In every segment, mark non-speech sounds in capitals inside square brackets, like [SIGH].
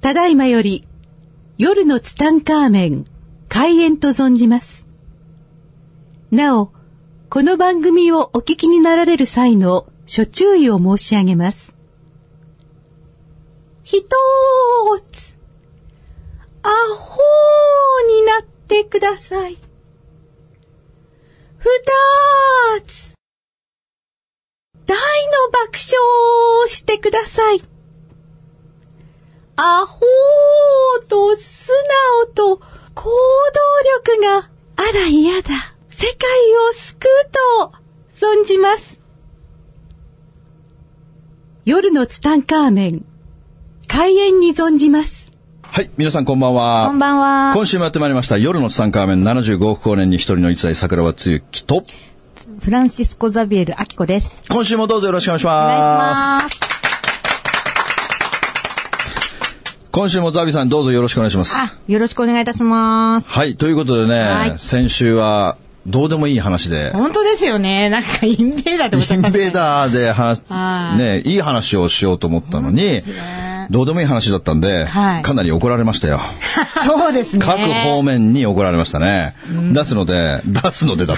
ただいまより、夜のツタンカーメン、開演と存じます。なお、この番組をお聞きになられる際の、諸注意を申し上げます。ひとーつ、アホーになってください。ふたーつ、大の爆笑をしてください。アホーと素直と行動力があら嫌だ。世界を救うと存じます。夜のツタンカーメン、開演に存じます。はい、皆さんこんばんは。こんばんは。今週もやってまいりました。夜のツタンカーメン75億光年に一人の一代桜はつゆきと、フランシスコ・ザビエル・アキコです。今週もどうぞよろしくお願いしおま願す。いします。今週もザビさんどうぞよろしくお願いします。あ、よろしくお願いいたします。はい、ということでね、はい先週はどうでもいい話で、本当ですよね。なんかインベーダーってイ思っちゃった。ンベーダーで話、はいね、いい話をしようと思ったのに、どうでもいい話だったんで、はいかなり怒られましたよ。そうですね。各方面に怒られましたね。出すので、出すので [LAUGHS] だ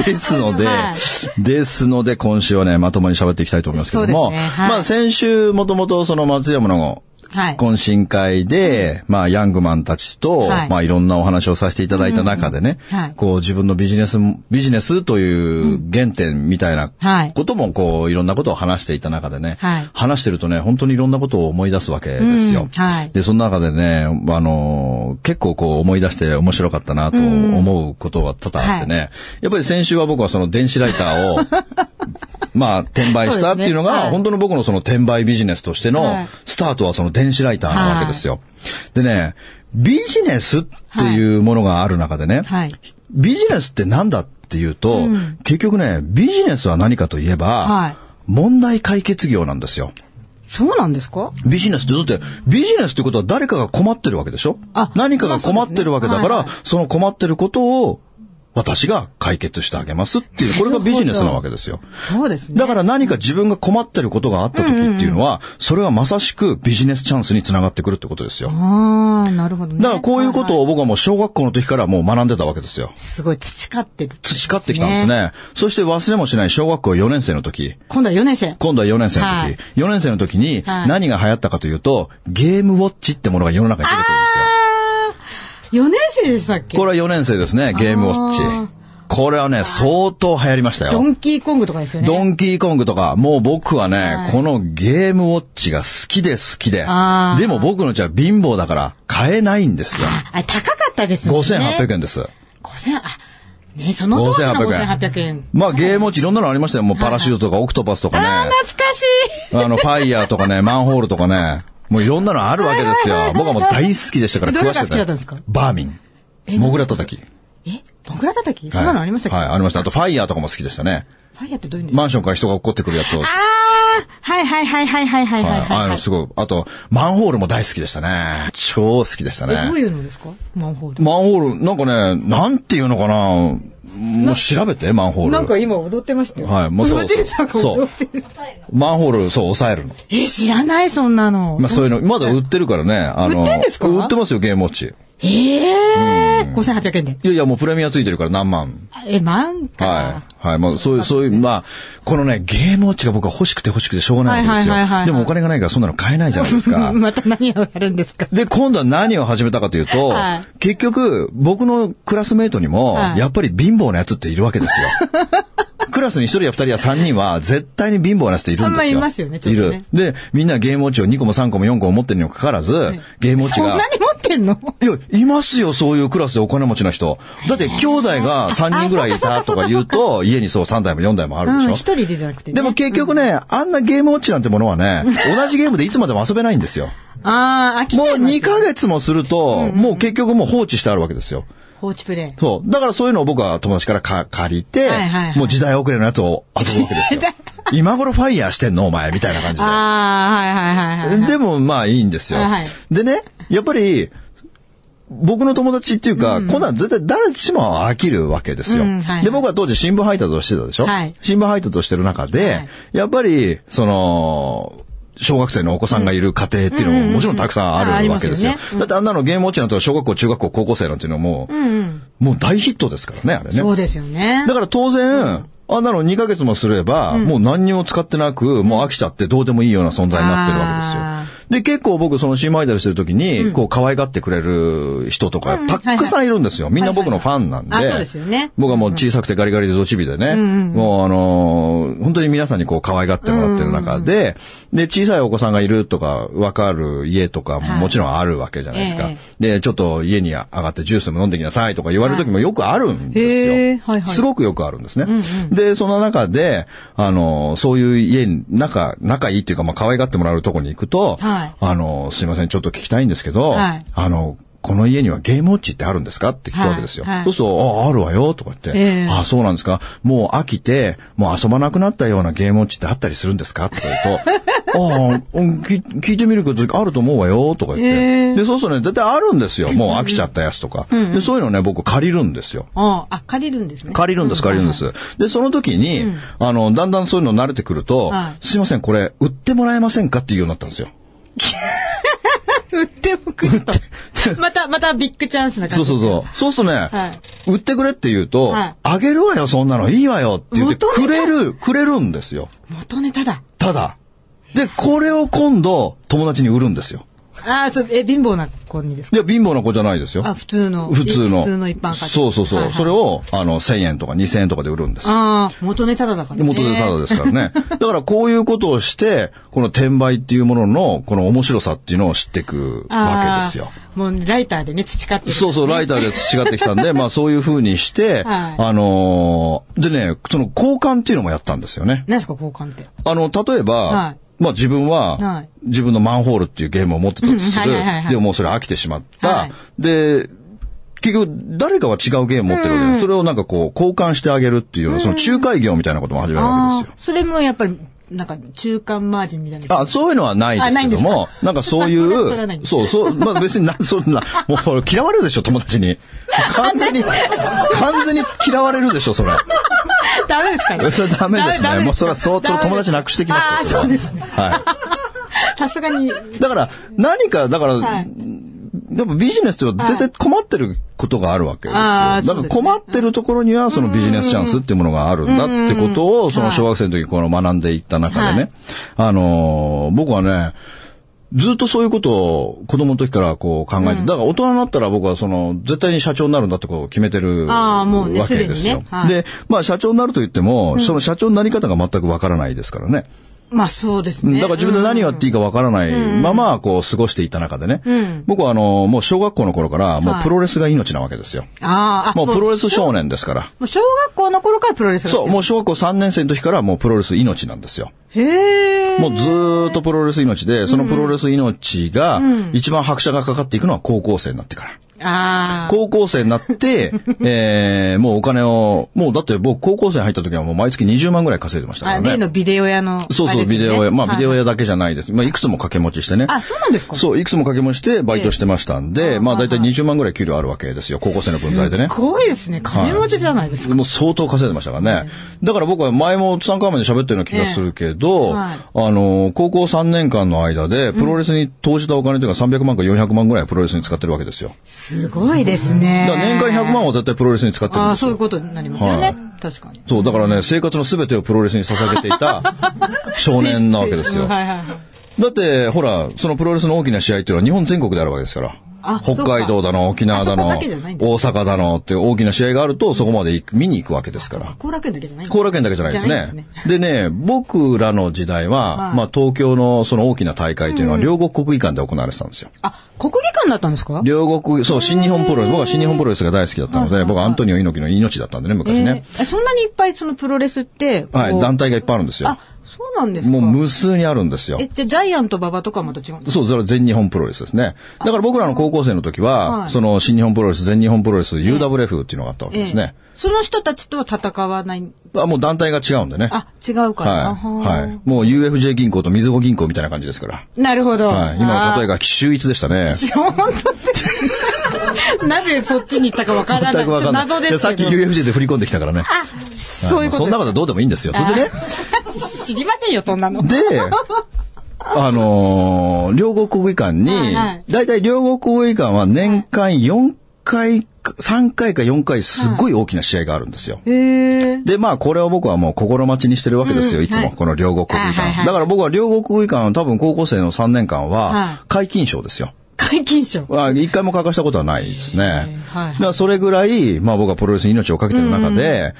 って。ですので、はいですので今週はね、まともに喋っていきたいと思いますけども、そうですねはいまあ先週もともとその松山のはい。懇親会で、まあ、ヤングマンたちと、はいまあ、いろんなお話をさせていただいた中でね、うんはいこう、自分のビジネス、ビジネスという原点みたいなはいことも、こう、いろんなことを話していた中でね、はい話してるとね、本当にいろんなことを思い出すわけですよ。うんはいで、その中でね、あのー、結構こう、思い出して面白かったなと思うことは多々あってね、やっぱり先週は僕はその電子ライター [LAUGHS] を、まあ、転売したっていうのが、そうですねはい本当の僕のその転売ビジネスとしてはのいスタートはその電子ライターなわけですよ。でね、ビジネスっていうものがある中でね、はい。ビジネスって何だっていうと、うん結局ね、ビジネスは何かといえば、はい問題解決業なんですよ。そうなんですかビジネスって、だって、ビジネスってことは誰かが困ってるわけでしょあ何かが困ってるわけだから、まあそそうですねはのいはい困ってることを、私が解決してあげますっていう、これがビジネスなわけですよ。そうですね。だから何か自分が困ってることがあった時っていうのは、それはまさしくビジネスチャンスにつながってくるってことですよ。ああ、なるほどね。だからこういうことはを僕はもう小学校の時からもう学んでたわけですよい。すごい培ってる。培ってきたんです。ね。そして忘れもしない小学校4年生の時、今度は4年生。今度は4年生の時、はい4年生の時にはい何が流行ったかというと、ゲームウォッチってものが世の中に出てくるんですよ。ああ、4年生でしたっけこれは4年生ですね、ゲームウォッチあー。これはね、相当流行りましたよ。ドンキーコングとかですよね。ドンキーコングとか、もう僕はね、はいこのゲームウォッチが好きで好きで、あーでも僕のじゃ貧乏だから買えないんですよ。あ、高かったですよね。 5800円です。 5000、あ、ね、その当時の5800円。まあゲームウォッチいろんなのありましたよ。もうパラシュートとかオクトパスとかね。ああ、懐かしい。あの、ファイヤーとかね、マンホールとかね、もういろんなのあるわけですよ。僕はもう大好きでしたから、どれ詳がしか好きだったんですかバーミン。えモグラ叩き。え、僕ら叩きそんなのありましたっけはい、ありました。あと、ファイヤーとかも好きでしたね。ファイヤーってどういうんですかマンションから人が怒ってくるやつを。はい、ああ、はいはいはいはいはいはいはい。ああいうのすごい。あと、マンホールも大好きでしたね。超好きでしたえ、どういね。うのですかマンホール。マンホール、なんかね、なんていうのかなもう調べて、マンホール。なんか今踊ってましたよ。はいもうそうそうおじいさんが踊ってる。マンホール、そう、押さえるの。え、知らないそんなのまあ、。そういうの、まだ売ってるからね。あの、売ってんですか売ってますよ、ゲームウォッチ。ええ、5800円で。いやいや、もうプレミアついてるから何万。え、万か。はい。はい。まあ、そういう、そういう、まあ、このね、ゲームウォッチが僕は欲しくて欲しくてしょうがないんですよはいはいはいは。いでもお金がないからそんなの買えないじゃないです [LAUGHS] か。また何をやるんですかで、今度は何を始めたかというと、はい結局、僕のクラスメイトにも、はいやっぱり貧乏なやつっているわけです [LAUGHS] よ。クラスに一人や二人や三人は、絶対に貧乏なやつっているんですよ。あんまいますよねちょっとねいる。で、みんなゲームウォッチを2個も3個も4個も持ってるにもかかわらず、ゲームウォッチそんがな、に持ってんのいや、いますよ、そういうクラスでお金持ちの人。だって、兄弟が3人ぐらいいたとか言うと、家にそう3台も4台もあうるでしん、ょ。一人でじゃなくてね。でも結局ね、あんなゲームウォッチなんてものはね、同じゲームでいつまでも遊べないんですよ。ああ、飽きちもうゃいます2ヶ月もすると、もう結局もう放置してあるわけですよ。放置プレイ。そう。だからそういうのを僕は友達からか借りてはいはいは、いもう時代遅れのやつを遊ぶわけですよ。今頃ファイヤーしてんのお前みたいな感じで。ああ、はいはいはいはい。でも、まあいいんですよ。はいはいでね、やっぱり、僕の友達っていうか、こんなん絶対誰しも飽きるわけですよ。うんはいはいで、僕は当時新聞配達をしてたでしょ、はい新聞配達をしてる中で、はいやっぱり、その、小学生のお子さんがいる家庭っていうのももちろんたくさんあるわけですよあありますよ。ねだってあんなのゲームウォッチなんて小学校、中学校、高校生なんていうのもう、んうん。もう大ヒットですからね、あれね。そうですよねだ。から当然、あんなの2ヶ月もすれば、もう何にも使ってなく、もう飽きちゃってどうでもいいような存在になってるわけですよあ。で、結構僕そのシーマイダルしてる時に、こう可愛がってくれる人とか、たくさんいるんですよ。みんな僕のファンなんあ、そうですで。よね。僕はもう小さくてガリガリでどちびでね、もうあのー本当に皆さんにこう可愛がってもらってる中で、で、小さいお子さんがいるとか、わかる家とかももちろんあるわけじゃないですか。はいえで、ちょっと家に上がってジュースも飲んできなさいとか言われる時もよくあるんですよ。へーはいはいすごくよくあるんですね。で、その中で、あの、そういう家に、仲、仲いいっていうか、まあ、可愛がってもらうとこに行くと、はいあの、すいません、ちょっと聞きたいんですけど、はいあの、この家にはゲームウォッチってあるんですかって聞くわけですよ。はいはいそうすると、あ、あるわよ、とか言って、ええあ、そうなんですか。もう飽きて、もう遊ばなくなったようなゲームウォッチってあったりするんですかとか言うと、ああ、 [LAUGHS] うんき聞いてみるけど、あると思うわよ、とか言って。ええで、そうするとね、だいたいあるん [LAUGHS] ですよ。もう飽きちゃったやつとか。でそういうのね、僕借りるんですよ。あ、あ、借りるんですね。借りるんです、借りるんです。で、その時に、あの、だんだんそういうの慣れてくると、はいすいません、これ、売ってもらえませんかっていうようになったんです [LAUGHS] よ。 [LAUGHS] 売ってもくると。また、またビッグチャンスなそ感うじ。そうそう。そうするとね、はい売ってくれって言うと、はいあげるわよ、そんなの、いいわよって言って、元く々れる、くれるんですよ。元ネタだ。ただ。で、これを今度、友達に売るんですよ。あー、そう、え、貧乏な子にですかいや、貧乏な子じゃないですよ。あ、普通の。普通の。普通の一般家庭。そうそうそう。はいはいそれを、あの、1000円とか2000円とかで売るんですよああ、元ネタだだからね。元でタダですからね。だからこういうことをして、この転売っていうものの、この面白さっていうのを知っていくわけですよ。あー。もうライターでね、培ってる。そうそう、ライターで培ってきたん [LAUGHS] で、まあそういう風にして、はいあのーでね、その交換っていうのもやったんですよね。何ですか、交換って。あの、例えば、はいまあ自分は、はい自分のマンホールっていうゲームを持ってたとする。うんはいはいはいはいでももうそれ飽きてしまった。はいで、結局誰かは違うゲームを持ってるわけで、それをなんかこう交換してあげるっていうような、その仲介業みたいなことも始めるわけですあよあー、。それもやっぱり、なんか、中間マージンみたいな。あ、そういうのはないですけどあないもんで、すなかんかそうい、それはそれはないうそうそう、まあ別にな、そんな、もうそれ嫌われるでしょ、友達に。完全に、完全に嫌われるでしょ、それ。ダメですかねそれダメですダね。メもうそれは相当ダメです友達なくしてきますよ。ああ、そうですね。はさすがに。い。だから、何か、だからはい、でもビジネスって絶対困ってることがあるわけですよ。だかあーそうらですね困ってるところにはそのビジネスチャンスっていうものがあるんだってことを、その小学生の時にこの学んでいった中ではね、あのー、僕はね、ずっとそういうことを子供の時からこう考えて、だから大人になったら僕はその絶対に社長になるんだってこう決めてるあーもわうねけですよすでにね。はいで、まあ社長になると言っても、その社長になり方が全くわからないですからね。まあ、そうですうんね。だから自分で何をやっていいかわからないまま、こう、過ごしていた中でね。僕はあの、もう小学校の頃から、もうはいプロレスが命なわけですよ。あーあ、もうプロレス。ス少年ですから。もう小学校の頃からプロレスがそう、もう小学校3年生の時からもうプロレス命なんですよ。へえ。もうずーっとプロレス命で、そのプロレス命が、一番拍車がかかっていくのは高校生になってから。ああ。高校生にな [LAUGHS] って、えー、もうお金を、もうだって僕高校生に入った時はもう毎月20万ぐらい稼いでましたかあ、ら例ね。のビデオ屋のあれですそようね。そう、ビデオ屋。まあ、ビデオ屋。屋だけじゃないです。まあ、いくつも掛け持ちしてね。あ、そうなんですかそう、いくつも掛け持ちしてバイトしてましたんで、まあ大体20万ぐらい給料あるわけですよ、高校生の分際でねす。ごいですね。金持ちじゃないですか。もう相当稼いでましたからね。だから僕は前も3回目で喋ってるような気がするけど、ええはあの、高校3年間の間で、プロレスに投じたお金というか300万か400万ぐらいプロレスに使ってるわけですよ。すごいですねだ。から年間100万は絶対プロレスに使ってるんあであ、すそうよ。いうことになりますよはいね。確かに。そう、だからね、生活の全てをプロレスに捧げていた少年なわけ [LAUGHS] ですよ。うんはいはいはい。だって、ほら、そのプロレスの大きな試合っていうのは日本全国であるわけですからあ。北海道だの、沖縄だあその、こ大だけじゃないんです阪だのって大きな試合があると、そこまで行く見に行くわけですから。後楽園だけじゃないんだ後楽園だけじゃないですじゃないねでです。ねね、僕らの時代は、はいまあ東京のその大きな大会というのは両国国技館で行われてたんですよ。あ、国技館だったんですか両国、そう、新日本プロレス、僕は新日本プロレスが大好きだったので、僕はアントニオ猪木の命だったんでね、昔ね。えーえそんなにいっぱいそのプロレスって、こうはい、団体がいっぱいあるんですよあ。、そうなんですかもう無数にあるんですよ。え、じゃあジャイアント馬場とかはまた違うんですかそう、それは全日本プロレスですね。だから僕らの高校生の時は、はいその新日本プロレス、全日本プロレス、UWF っていうのがあったわけですねえ。えその人たちとは戦わない。あもう団体が違うんでね。あ、違うから。あはい。ははい。もう UFJ 銀行とみずほ銀行みたいな感じですから。い。なるほど。はい。今の例えが。が秀逸でしたね。本当って。 [LAUGHS] なぜそっちに行ったかわからない。全くわかんない。ちょっと謎ですいけやさっど。き UFJ で振り込んできたからね。はいあ、 [LAUGHS] そういうことそんなことはどうでもいいんですよ。それでね、 [LAUGHS] です。知りませんよ、そんなの。で、あのー両国国技館はいにはい、だいたい両国国技館は年間4回か、3回か4回すっごい大きな試合があるんですよ。へえ。で、まあ、これを僕はもう心待ちにしてるわけですよ、うんいつも。はいこの両国国技あはいは館。いだから僕は両国国技館は多分高校生の3年間は、はい解禁賞ですよ。解禁賞。まあ、一回も欠かしたことはないですね。はいはいだからそれぐらい、まあ僕はプロレスに命をかけてる中で、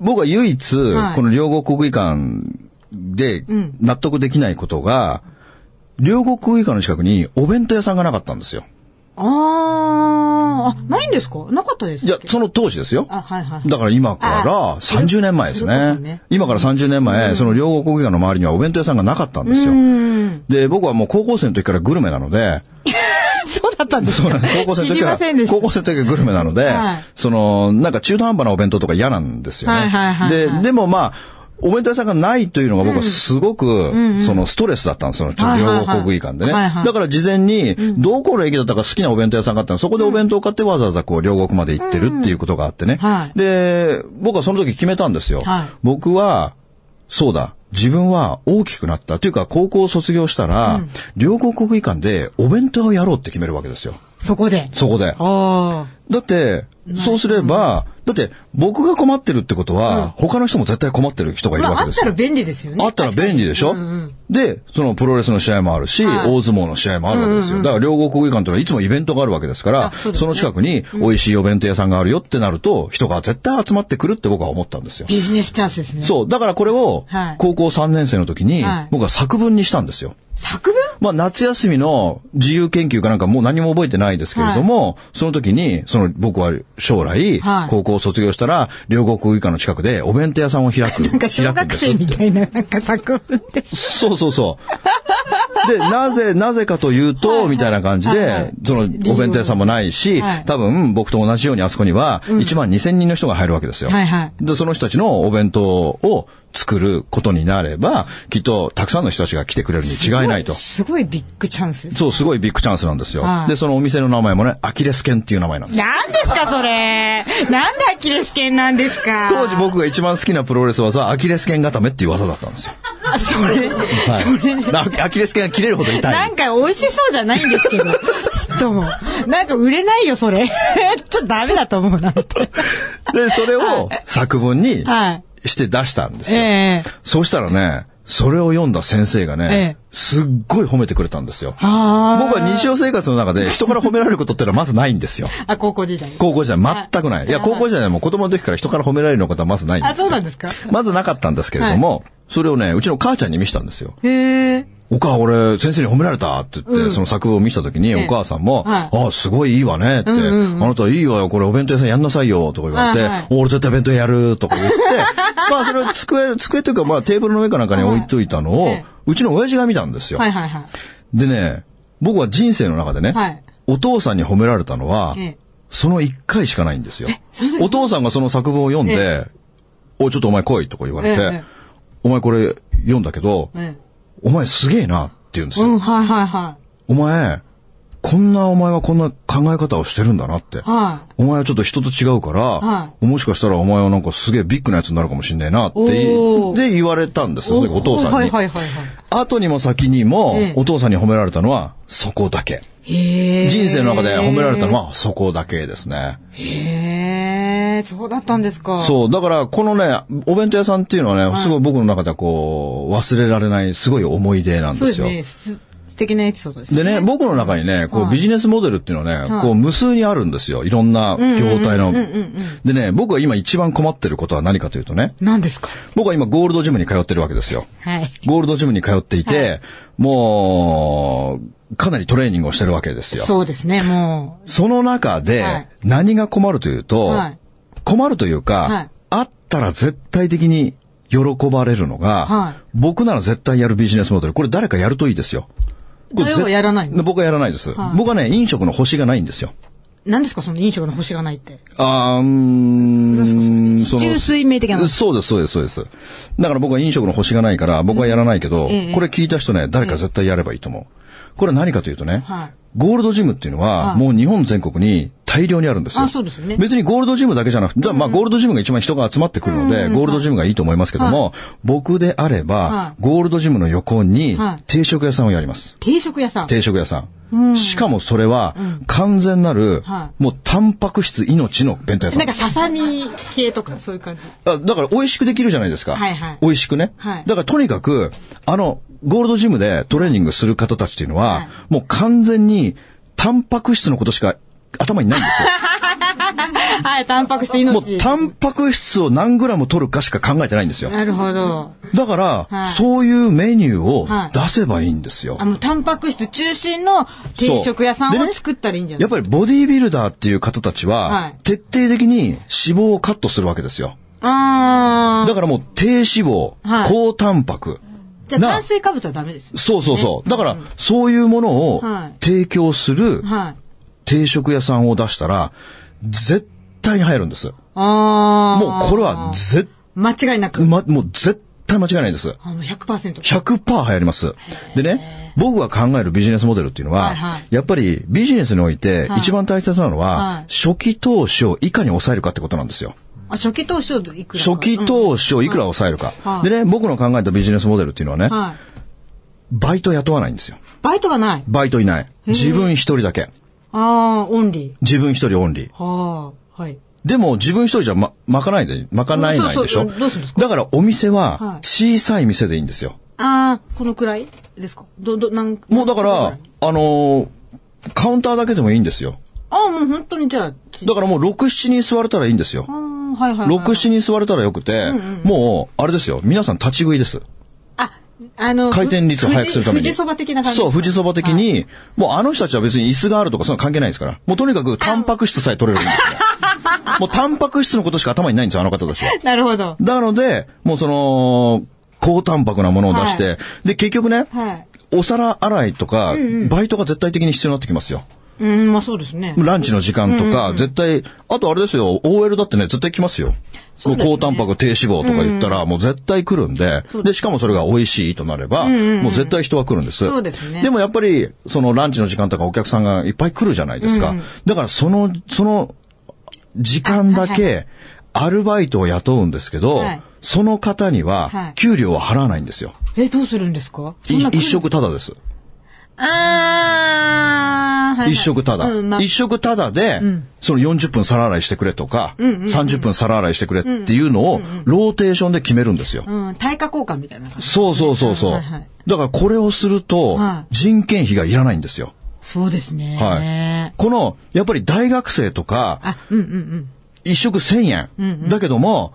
僕は唯一、はいこの両国国技館でん納得できないことが、両国国技館の近くにお弁当屋さんがなかったんですよ。あー、あ、ないんですかなかったですいやっ、けその当時ですよ。あ、はいはい。だから今からあ30年前ですそれこね。そね今から30年前、その両国国技館の周りにはお弁当屋さんがなかったんですよ。うん。で、僕はもう高校生の時からグルメなので、そうだったんですそうなんです。高校生の知時りかまらせんで、し高た。校生の時からグルメなのではい、その、なんか中途半端なお弁当とか嫌なんですよはいはいね。はいはで、いでもまあ、お弁当屋さんがないというのが僕はすごく、そのストレスだったんですよ。ちょっとはいは両いはい国技館でね。はいはいだから事前に、どこの駅だったか好きなお弁当屋さんがあったの、そこでお弁当を買ってわざわざこう両国まで行ってるっていうことがあってねうんは。いで、僕はその時決めたんですよはい。僕は、そうだ。自分は大きくなった。というか、高校を卒業したら、両国国技館でお弁当をやろうって決めるわけですよ。そこで。そこで。あだって、そうすれば、だって僕が困ってるってことは、他の人も絶対困ってる人があ。いるまあ、わあけっですたらよ。便利ですよね。あったら便利でしょ、うんうんで、そのプロレスの試合もあるし、はい大相撲の試合もあるわけですよ。だから両国国技館というのはいつもイベントがあるわけですから、あそそうですねの近くに美味しいお弁当屋さんがあるよってなると、人が絶対集まってくるって僕は思ったんですよ。ビジネスチャンスですね。う。そう。だからこれをはい、高校3年生の時にはい、僕は作文にしたんですよ。作文まあ、夏休みの自由研究かなんかもう何も覚えてないですけれども、その時に、その僕は将来、はい高校を卒業したら、両国以下の近くでお弁当屋さんを開く。 [LAUGHS] なんか小学生開くんみですたいな、なんか作文です。そうそうそう。で、なぜ、なぜかというと、みたいな感じで、はいはいその、お弁当屋さんもないし、はい多分、僕と同じようにあそこには、1万2000人の人が入るわけですよ。はいはいで、その人たちのお弁当を作ることになれば、きっと、たくさんの人たちが来てくれるに違いないと。すごいビッグチャンスです。そう、すごいビッグチャンスなんですよ。はいで、そのお店の名前もね、アキレス腱っていう名前なんです。なんですか、それ。なんでアキレス腱なんですか。当時僕が一番好きなプロレス技、アキレス腱固めっていう技だったんですよ。あ、それ、はいそれね。なアキレス腱が切れるほど痛ないん。か美味しそうじゃないんですけど、ちっとも。なんか売れないよ、それ。ちょっとダメだと思うな、みたいで、それを作文にな。はい。して出したんですよ。ええそうしたらね、それを読んだ先生がねええ、すっごい褒めてくれたんですよ。あ僕は日常生活の中で人から褒められることってのはまずないんですよ。あ。あ、高校時代。高校時代全くない。いや、高校時代はもう子供の時から人から褒められることはまずないんですよ。あそうなんですかまずなかったんですけれども、それをね、うちの母ちゃんに見せたんですよ。へえ。お母、俺、先生に褒められたって言って、その作文を見せた時に、ええお母さんも、はああ、すごいいいわねって、うんうんうんあなたいいわよ、これお弁当屋さんやんなさいよ、とか言われて、はいはいお俺絶対弁当屋やる、とか [LAUGHS] 言って、まあそれを机、机というか、まあテーブルの上かなんかに置いといたのを、はいええうちの親父が見たんですよ。はいはいはい。でね、僕は人生の中でね、はいお父さんに褒められたのは、ええその一回しかないんですよ。そうですお父さんがその作文を読んで、おい、ちょっとお前来いとか言われて、ええお前これ読んだけど、えお前すげえなって言うんですえよ。うん、はいはいはお前、こんなお前はこんな考え方をしてるんだなって。い。はい。お前はちょっと人と違うから、はもしかしたらお前はなんかすげえビッグなやつになるかもしんねえなって、おーで言われたんですよ、その時お父さんに。はいはいはいは後にも先にもええ、お父さんに褒められたのは、そこだけ。い。へえ。人生の中で褒められたのは、そこだけですね。へえ、そうだったんですか。う。そう、だから、このね、お弁当屋さんっていうのはね、すごい僕の中ではこう、忘れられない、すごい思い出なんそでうですすよ。ね。す素敵なエピソードですね。でね、僕の中にね、こうはいビジネスモデルっていうのはね、はいこう無数にあるんですよ。いろんな業態のうんうんうんうん。でね、僕が今一番困ってることは何かというとね、何ですか僕は今ゴールドジムに通ってるわけですよ。はい。ゴールドジムに通っていて、もう、かなりトレーニングをしてるわけですよ。そうですね、もその中はでい、何が困るというと、はい困るというか、はいあったら絶対的に喜ばれるのが、はい僕なら絶対やるビジネスモデル。これ誰かやるといいですよ。これ誰もやらないの僕はやらないです、はい僕はね、飲食の星がないんですよ。う。何ですかその飲食の星がないって。あーうーん、その地中水明的なのそうです、そうです、そうです。だから僕は飲食の星がないから、僕はやらないけど、ええこれ聞いた人ね、誰か絶対やればいいと思う。これは何かというとね、はいゴールドジムっていうのは、はいもう日本全国に大量にあるんですよ。あそうですよね別にゴールドジムだけじゃなくて、だまあゴールドジムが一番人が集まってくるので、ゴールドジムがいいと思いますけども、僕であればは、ゴールドジムの横にはい定食屋さんをやります。定食屋さん。定食屋さん。しかもそれは、完全なるは、もうタンパク質命の弁当屋さん。なんかささみ系とかそういう感じ。あだから美味しくできるじゃないですか。はいはい美味しくね。はいだからとにかく、あの、ゴールドジムでトレーニングする方たちっていうのは、はいもう完全に、タンパク質のことしか頭にないんです [LAUGHS] よ。 [LAUGHS] はい、タンパク質もう命。タンパク質を何グラム取るかしか考えてないんですよ。なるほど。だから、はいそういうメニューをはい出せばいいんですよ。あ、もうタンパク質中心の定食屋さんそうでをね作ったらいいんじゃなやいっぱりボディービルダーっていう方たちは、はい徹底的に脂肪をカットするわけですよ。あーだからもう低脂肪、はい高タンパク。じゃあな炭水化物はダメですよ。そうそうそう。だから、そういうものをはい提供するはい。定食屋さんを出したら、絶対に入るんです。あーもうこれは絶、間違いなく。ま、もう絶対間違いないです。あの、100%。 100%流行ります。でね、僕が考えるビジネスモデルっていうのは、はいはいやっぱりビジネスにおいてはい一番大切なのは、はい初期投資をいかに抑えるかってことなんですよ。あ、初期投資をいくらか初期投資をいくら抑えるか。はいでね、僕の考えたビジネスモデルっていうのはね、うんはい。バイト雇わないんですよ。バイトがない。バイトいない。自分一人だけ。ああ、オンリ自分一人オンリー。ー。はあ、はい。でも自分一人じゃま、まかないで、まかないないでしょそうそうどうするんですかだからお店ははい小さい店でいいんですよ。ああ、このくらいですかど、ど、なんもうだかあら、あのーカウンターだけでもいいんですよ。あー、もう本当にじゃあ、ちだからもう6、7人座れたらいいんですよあ。ーはいはいはい。 6、7人座れたらよくて、もう、あれですよ。皆さん立ち食いです。あ、あの、回転率を早くするために。富士そば的な感じ。そう、富士そば的。に、もうあの人たちは別に椅子があるとかそういうの関係ないですから。もうとにかくタンパク質さえ取れるんです [LAUGHS] から。もうタンパク質のことしか頭にないんですよ、あの方たちは。なるほど。なので、もうその、高タンパクなものを出して、はで、結局ね、はい。お皿洗いとか、バイトが絶対的に必要になってきますよ。うん、まあそうですね。ランチの時間とか、絶対、あとあれですよ、OL だってね、絶対来ますよ。そうですねもう高タンパク低脂肪とか言ったら、もう絶対来るんで、そうで、しかもそれが美味しいとなれば、もう絶対人は来るんです。そうですねでもやっぱり、そのランチの時間とかお客さんがいっぱい来るじゃないですか。だからその、その、時間だけ、アルバイトを雇うんですけど、はいその方には、はい給料は払わないんですよ。え、どうするんですかいそんな来る一食ただです。あー、はいはい。一食ただ。うん、まあ一食ただで、その40分皿洗いしてくれとか、30分皿洗いしてくれっていうのを、ローテーションで決めるんですよ。うん、対価交換みたいな感じ。そうそうそうそう。はいはいだからこれをするとは、い人件費がいらないんですよ。そうですね。はい。この、やっぱり大学生とか、あ、うんうんうん。一食1000円。だけども、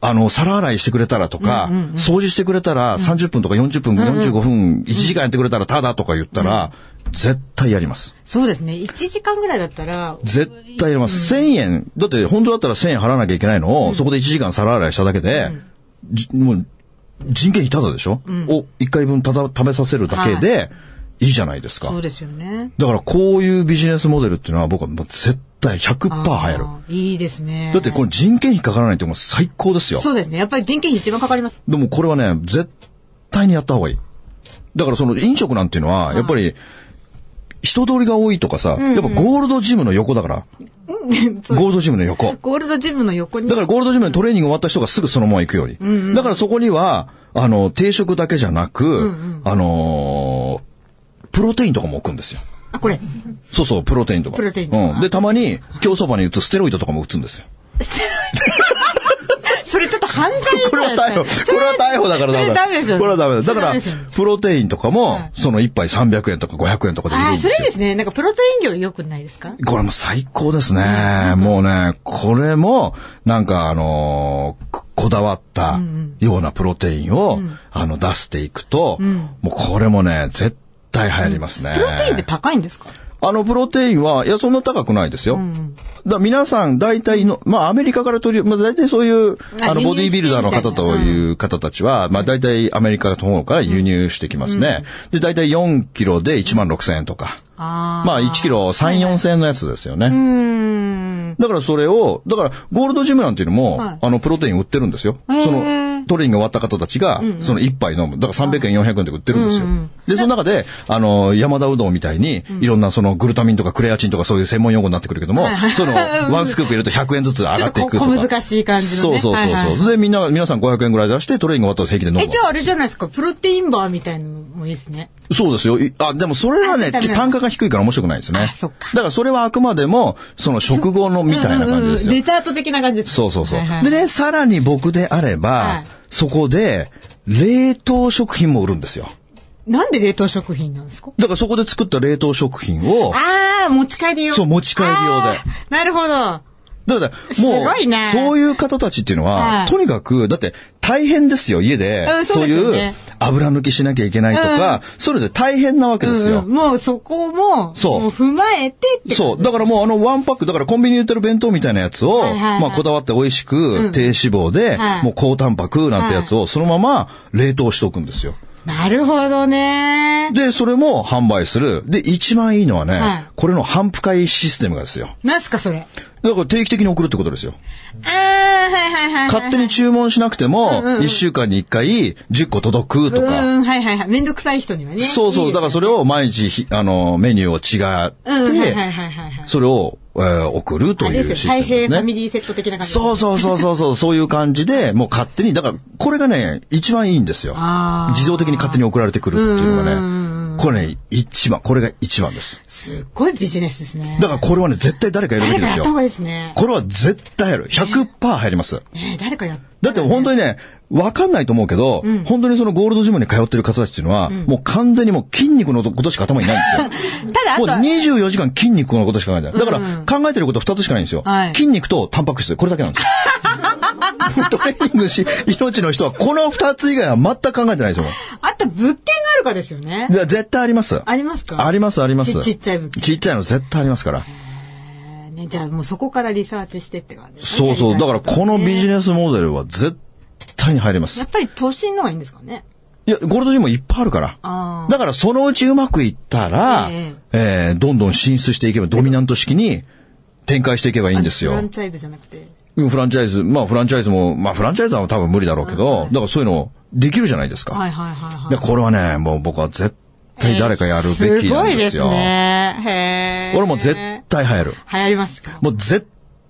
あの、皿洗いしてくれたらとか、掃除してくれたら30分とか40分、45分、1時間やってくれたらただとか言ったら、絶対やります。そうですね。1時間ぐらいだったら、絶対やります。1000円、だって本当だったら1000円払わなきゃいけないのを、そこで1時間皿洗いしただけで、じもう、人件費ただでしょ、を1回分ただ食べさせるだけで、いいじゃないですかそう。ですよね。だからこういうビジネスモデルっていうのは僕はもう絶対100%あ流行る。ーいいですね。だってこの人件費かからないってもう最高ですよ。そうですね。やっぱり人件費一番かかります。 [LAUGHS] でもこれはね、絶対にやった方がいい。だからその飲食なんていうのは、やっぱり、人通りが多いとかさ、やっぱゴールドジムの横だから、そゴうールドジムの横。ゴールドジムの横に。だからゴールドジムにトレーニング終わった人がすぐそのまま行くより。だからそこには、あの、定食だけじゃなく、あのープロテインとかも置くんですよ。あ、これ。そうそう、プロテインとか。プロテインとかうん。で、たまに、競走馬に打つステロイドとかも打つんですよ。それちょっと犯罪これはじゃない逮で捕。すこかれは逮捕だからそれだダメですよこれはダメだ。だかそれダメらですよ、プロテインとかはもい、その1杯300円とか500円とかで売るんあでー、すそよれ。いいですね。なんかプロテイン量良くないですかこれも最高ですね。もうね、これも、なんかあのーここだわったようなプロテインを、あの、出していくと、もうこれもね、絶対流行りますね。プロテインって高いんですかあの、プロテインは、いや、そんな高くないですよ。だから皆さん、大体の、まあ、アメリカから取り、まあ、大体そういう、ああの、輸入ボディービルダーの方という方たちは、まあ、大体アメリカの方から輸入してきますね。で、大体4キロで1万6千円とか。あまあ、1キロ3、4千円のやつですよね。あ。うーん。だからそれを、だからゴールドジムなんていうのも、はいあの、プロテイン売ってるんですよ。へーその、トレインが終わった方たちが、その一杯飲む。だから300円、400円で売ってるんですよ。で、その中で、あの、山田うどんみたいに、いろんなそのグルタミンとかクレアチンとかそういう専門用語になってくるけども、そ [LAUGHS] の、ワンスクープ入れると100円ずつ上がっていくとか。ちょっと小難しい感じのねそうそうそうはいそはう。いそれで、みんな、皆さん500円ぐらい出して、トレインが終わったら平気で飲むえ、。じゃああれじゃないですか、プロテインバーみたいのもいいですね。そうですよ。いあ、でもそれはね、あダメなの単価が低いから面白くないですね。あそっかだからそれはあくまでも、その食後のみたいな感じですうんうんうんデよ。ザート的な感じです。そうそうそうはいは。いでね、さらに僕であれはばい、そこで、冷凍食品も売るんですよ。なんで冷凍食品なんですかだからそこで作った冷凍食品を、ああ、持ち帰り用。そう持ち帰り用であー。なるほど。だからすもごいねう、そういう方たちっていうのはは、いとにかく、だって大変ですよ、家でう。んそそううですよいねう油抜きしなきゃいけないとか、それで大変なわけですうよんうん。もうそこも、そうもう踏まえてって。そう。だからもうあのワンパック、だからコンビニで売ってる弁当みたいなやつを、はいはいはいまあこだわって美味しく、ん低脂肪で、はいもう高タンパクなんてやつをそのまま冷凍しとくんですよ。なるほどね。で、それも販売する。で、一番いいのはね、はいこれの反復会システムがですよ。なんすかそれ。だから定期的に送るってことですよ。ああ、はいはいはいはい。勝手に注文しなくても、1週間に1回10個届くとか。うん、はいはいはい。めんどくさい人にはね。そうそう。だからそれを。を毎日ひ、あの、メニューを違って、うん、はいはいはいはいはい。それを、えー送るとあいれうでシすスよ。テムです太平フね。ァミリーセット的な感じ。そうう。そうそうそうそう、そういう感じで、もう勝手に、だから、これがね、一番いいんですよあー。自動的に勝手に送られてくるっていうのうんうがんね、これね、一番、これが一番です。すっごいビジネスですね。だからこれはね、絶対誰かやるべきで誰かすやっよた。方がいいですね。これは絶対入る。100%入ります。ねえ誰かやっだって本当にね、わかんないと思うけど、本当にそのゴールドジムに通ってる方たちっていうのは、もう完全にもう筋肉のことしか頭にないんですよ。た [LAUGHS] だ、あもとうは、 24時間筋肉のことしか考えてない。だから、考えてること2つしかないんですよ。はい筋肉とタンパク質、これだけなん [LAUGHS] ですよ。トレーニングし、命の人はこの2つ以外は全く考えてないですよ。あと物件があるかですよねい。や絶対あります。ありますかあります、あります。ちちっちゃい物件ちっちゃいの絶対ありますから。ね、じゃあもうそこからリサーチしてって感じですそね、うそう。やりだかたら、いとねこのビジネスモデルは絶対に入りまやすっ。ぱり都心の方がいいんですかね。いや、ゴールドジムいっぱいあるから。ああ。だから、そのうちうまくいったら、ええーどんどん進出していけば、ドミナント式に展開していけばいいんですよ。フランチャイズじゃなくて。うんフランチャイズ、まあフランチャイズも、まあフランチャイズは多分無理だろうけど、だからそういうのできるじゃないですか。はいはいはいはい。でこれはね、もう僕は絶対誰かやるべきすなごいんでですすよ。ね。へえ。俺も絶流対入る。行りますかもう絶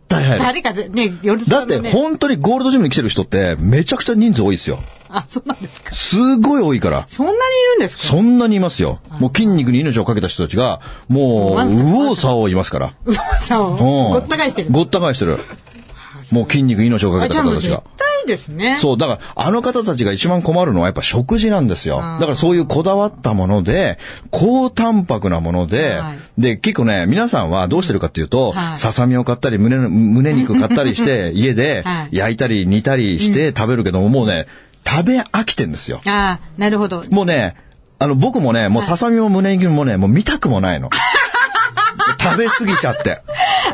対入る。誰かぜね、夜だ空っのてね本当にゴールドジムに来てる人ってめちゃくちゃ人数多いですよ。あ、そうなんですか。すごい多いから。そんなにいるんですかそんなにいますよ。もう筋肉に命をかけた人たちが、もう、わん右往左往いますから。うわさを。うんごった返してる。ごった返してる。もう筋肉に命をかあけじたゃあも方うたち絶が。対ですね。そう、だから、あの方たちが一番困るのはやっぱ食事なんですよ。だからそういうこだわったもので、高タンパクなもので、はいで、結構ね、皆さんはどうしてるかっていうと、はいささみを買ったり、胸の、胸肉買ったりして、家で [LAUGHS] はい焼いたり煮たりして食べるけども、もうね、食べ飽きてんですよ。ああ、なるほど。もうね、あの、僕もね、もうささみも胸肉もね、もう見たくもない [LAUGHS] の。食べ過ぎちゃって。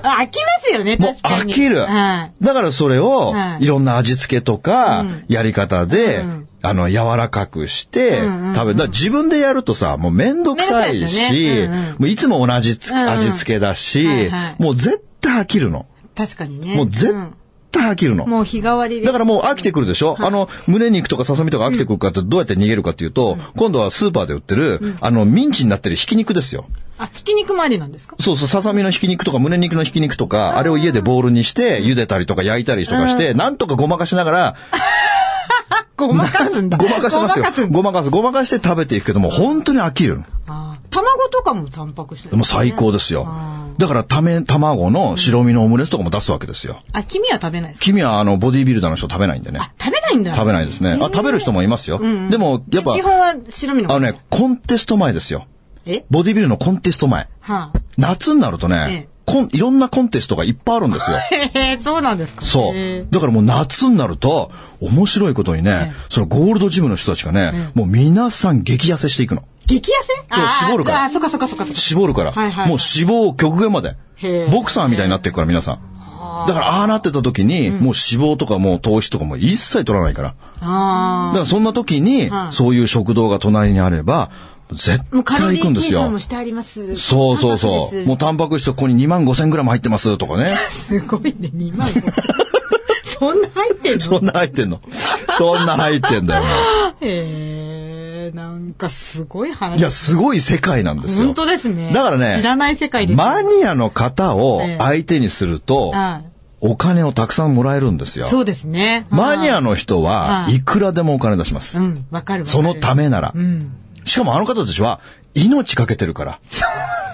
あ飽きますよね、もう確か飽に。きる。はい。だからそれをは、いいろんな味付けとか、やり方で、うんあの、柔らかくして、んうんうん食べる。だから自分でやるとさ、もうめんどくさめいんどくさいですし、よねうんうんもういつも同じつうんうん味付けだし、はいはいもう絶対飽きるの。確かにね。もう絶ん対飽きるの。もう日替わりで。だからもう飽きてくるでしょ、あの、胸肉とかささみとか飽きてくるかってどうやって逃げるかっていうと、今度はスーパーで売ってる、あの、ミンチになってるひき肉ですよ。あ、ひき肉もありなんですかそうそう、ささみのひき肉とか胸肉のひき肉とか、あれを家でボウルにして、茹でたりとか焼いたりとかして、なんとかごまかしなが [LAUGHS] ら、ごまかすんだ。ごまかしますよごまかす。んだごまかす、ごまかして食べていくけども、本当に飽きるの。あー卵とかもタンパク質ですねもう最高ですよあ。だから、ため、卵の白身のオムレツとかも出すわけですよ。あ、君は食べないですか君は、あの、ボディービルダーの人食べないんでねあ。、食べないんだ。食べないですね。あ、食べる人もいますよ。でも、やっぱ基、本は白身のあ方のね、コンテスト前ですよ。えボディービルのコンテスト前。は夏になるとええね、こんいろんなコンテストがいっぱいあるん [LAUGHS] ですよ。あ、へへそうなんですかそへうー。だからもう夏になると、面白いことにね、そのゴールドジムの人たちがね、もう皆さん激痩せしていくの。激痩せあー絞るからあー、そっかそっかそっかそっか。絞るから。はいはいはいもう脂肪を極限までへー。ボクサーみたいになっていくから、皆さん。だから、ああなってた時に、もう脂肪とかもう糖質とかも一切取らないから。だあからそんな時に、はいそういう食堂が隣にあれば、絶あ。もうカロ対リ行くんーで計す算もよ。してあります。そうそうそう。もうタンパ [LAUGHS] タンパク質ここに2万5千グラム入ってますとかね。 [LAUGHS] ク質すごいね、2万5。そんな入ってんのそんな入ってんの。そんな入ってんだよ、も [LAUGHS] えー、なんかすごい話。う。いや、すごい世界なんですよ。本当ですね。だからね知らない世界です。マニアの方をええ相手にすると、はいお金をたくさんもらえるんですよ。そうですね。マニアの。の人はああいくらでもお金出しますう。ん、わかるわかる。そのためならう。ん。しかもあの方たちは命かけてるから。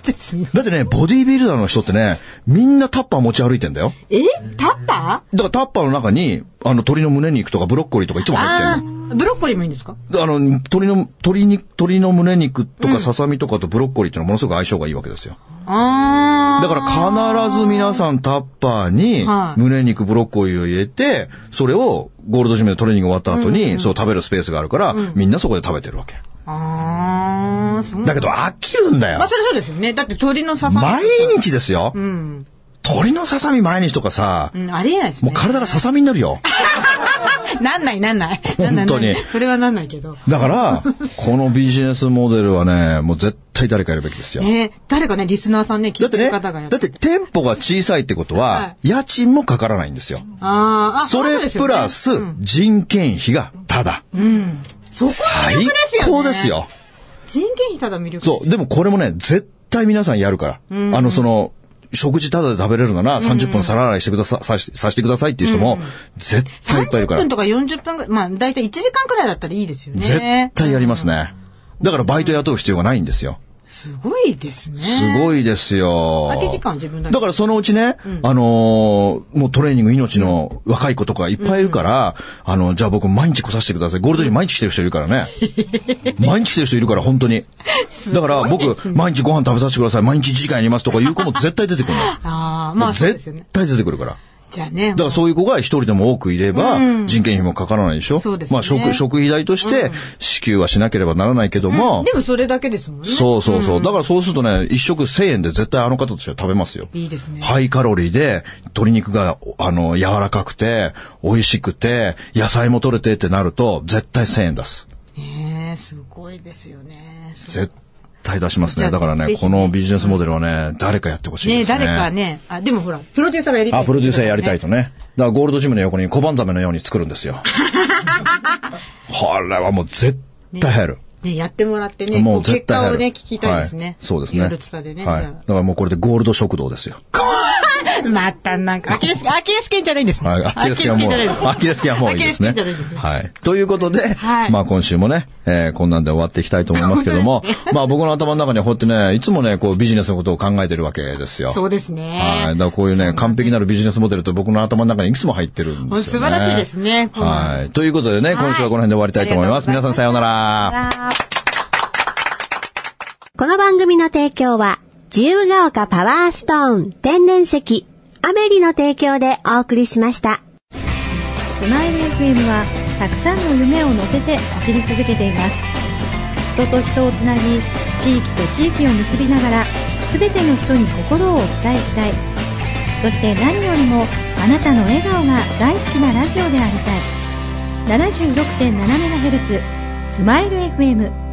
ですね。だってね、ボディービルダーの人ってね、みんなタッパー持ち歩いてんだよ。 [LAUGHS] えタッパだからタッパーの中に、あの、鶏の胸肉とかブロッコリーとかいつーも入ってるあーブロッコリーもいいんですかあの、鶏の、鶏肉、鶏の胸肉とかささみとかとブロッコリーってのはものすごく相性がいいわけですよ。あだー。から必ず皆さんタッパーにはい胸肉、ブロッコリーを入れて、それをゴールドジムでトレーニング終わった後に、そう食べるスペースがあるから、みんなそこで食べてるわけ。あー、そう。だけど飽きるんだまあ、よ。それそうですよね。だって鳥のささみ。毎日ですよ。うん。鶏のささみ毎日とかさう、ん、ありえないですもねう。体がささみになるよ。なんないなんない。なんな本い当になんないそれはなんないけど。だから、このビジネスモデルはね、もう絶対誰かやるべきですよ。えー、誰かね、リスナーさんね、聞だいっててね、る方がやだって店舗が小さいってことはは、家賃もかからないんですよ。あーあ、そそうれですよプねラスうん人件費がただ。うん。そこは魅最力ですよね。高です。よ。人件費ただ魅力そう。でもこれもね、絶対皆さんやるから。あの、その、食事ただで食べれるなら30分皿洗いしてくださ、さしさしてくださいっていう人も、絶対いっぱいい30るから分。とか40分ぐらい、まあ、だいたい1時間くらいだったらいいですよね。絶対やりますね。だからバイト雇う必要がないんですよ。すごいですね。すい。ごいですよ。空き時間は自分だけだからそのうちね、あのーもうトレーニング命の若い子とかいっぱいいるから、あの、じゃあ僕毎日来させてください。ゴールドジム毎日来てる人いるから [LAUGHS] ね。毎日来てる人いるから、本当に。だから僕、毎日ご飯食べさせてください。毎日1時間やりますとかいう子も絶対出てくるの。ああ、まあそうですよ絶ね。対出てくるから。じゃあね。だからそういう子が一人でも多くいれば、人件費もかからないでしょ。そうですねまあ食、食費代として支給はしなければならないけども、でもそれだけですもんね。そうそうそう。だからそうするとね、一食1000円で絶対あの方たちは食べますよ。いいですね。ハイカロリーで、鶏肉が、あの、柔らかくて、美味しくて、野菜も取れてってなると、絶対1000円出す。ねえ、すごいですよね。絶対出しますじゃね。あだからぜね、ひこのビジネスモデルはね、誰かやってほしいねでえ、すね。誰かね、あ、でもほら、プロデューサーがやりたい。あ、プロデューサーやりたい。とね。だからゴールドジムの横に小判ザメのように作るんです [LAUGHS] よ。これはもう絶対入る。ね、やってもらってね、もうこう絶結対果入をる。ね、聞きたいですはね。そうですね。いろいろ伝えてね。はい。じだゃからもうこれでゴールド食堂ですよ。あまたなんか、アキレス、アキレス腱じゃないんですね。はい、アキレス腱はもアキレス腱じゃなう、アキレス腱はもういですいいですねアキレス腱じゃないです。ねはい。ということで、はいまあ今週もね、えーこんなんで終わっていきたいと思いますけど [LAUGHS] も、まあ僕の頭の中にはこうやってね、いつもね、こうビジネスのことを考えてるわけですよ。そうですはい。だね。からこういうね、完璧なるビジネスモデルと僕の頭の中にいくつも入ってるんですよ、ね。素晴らしいですねこんなのはい。ということでね、今週はこの辺で終わりたいと思います。はいありがとうございま皆さんすさようなら。この番組の提供は、自由が丘パワーストーン天然石、アメリの提供でお送りしました。スマイル FM はたくさんの夢を乗せて走り続けています人と人をつなぎ地域と地域を結びながら全ての人に心をお伝えしたいそして何よりもあなたの笑顔が大好きなラジオでありたい 76.7MHz スマイル FM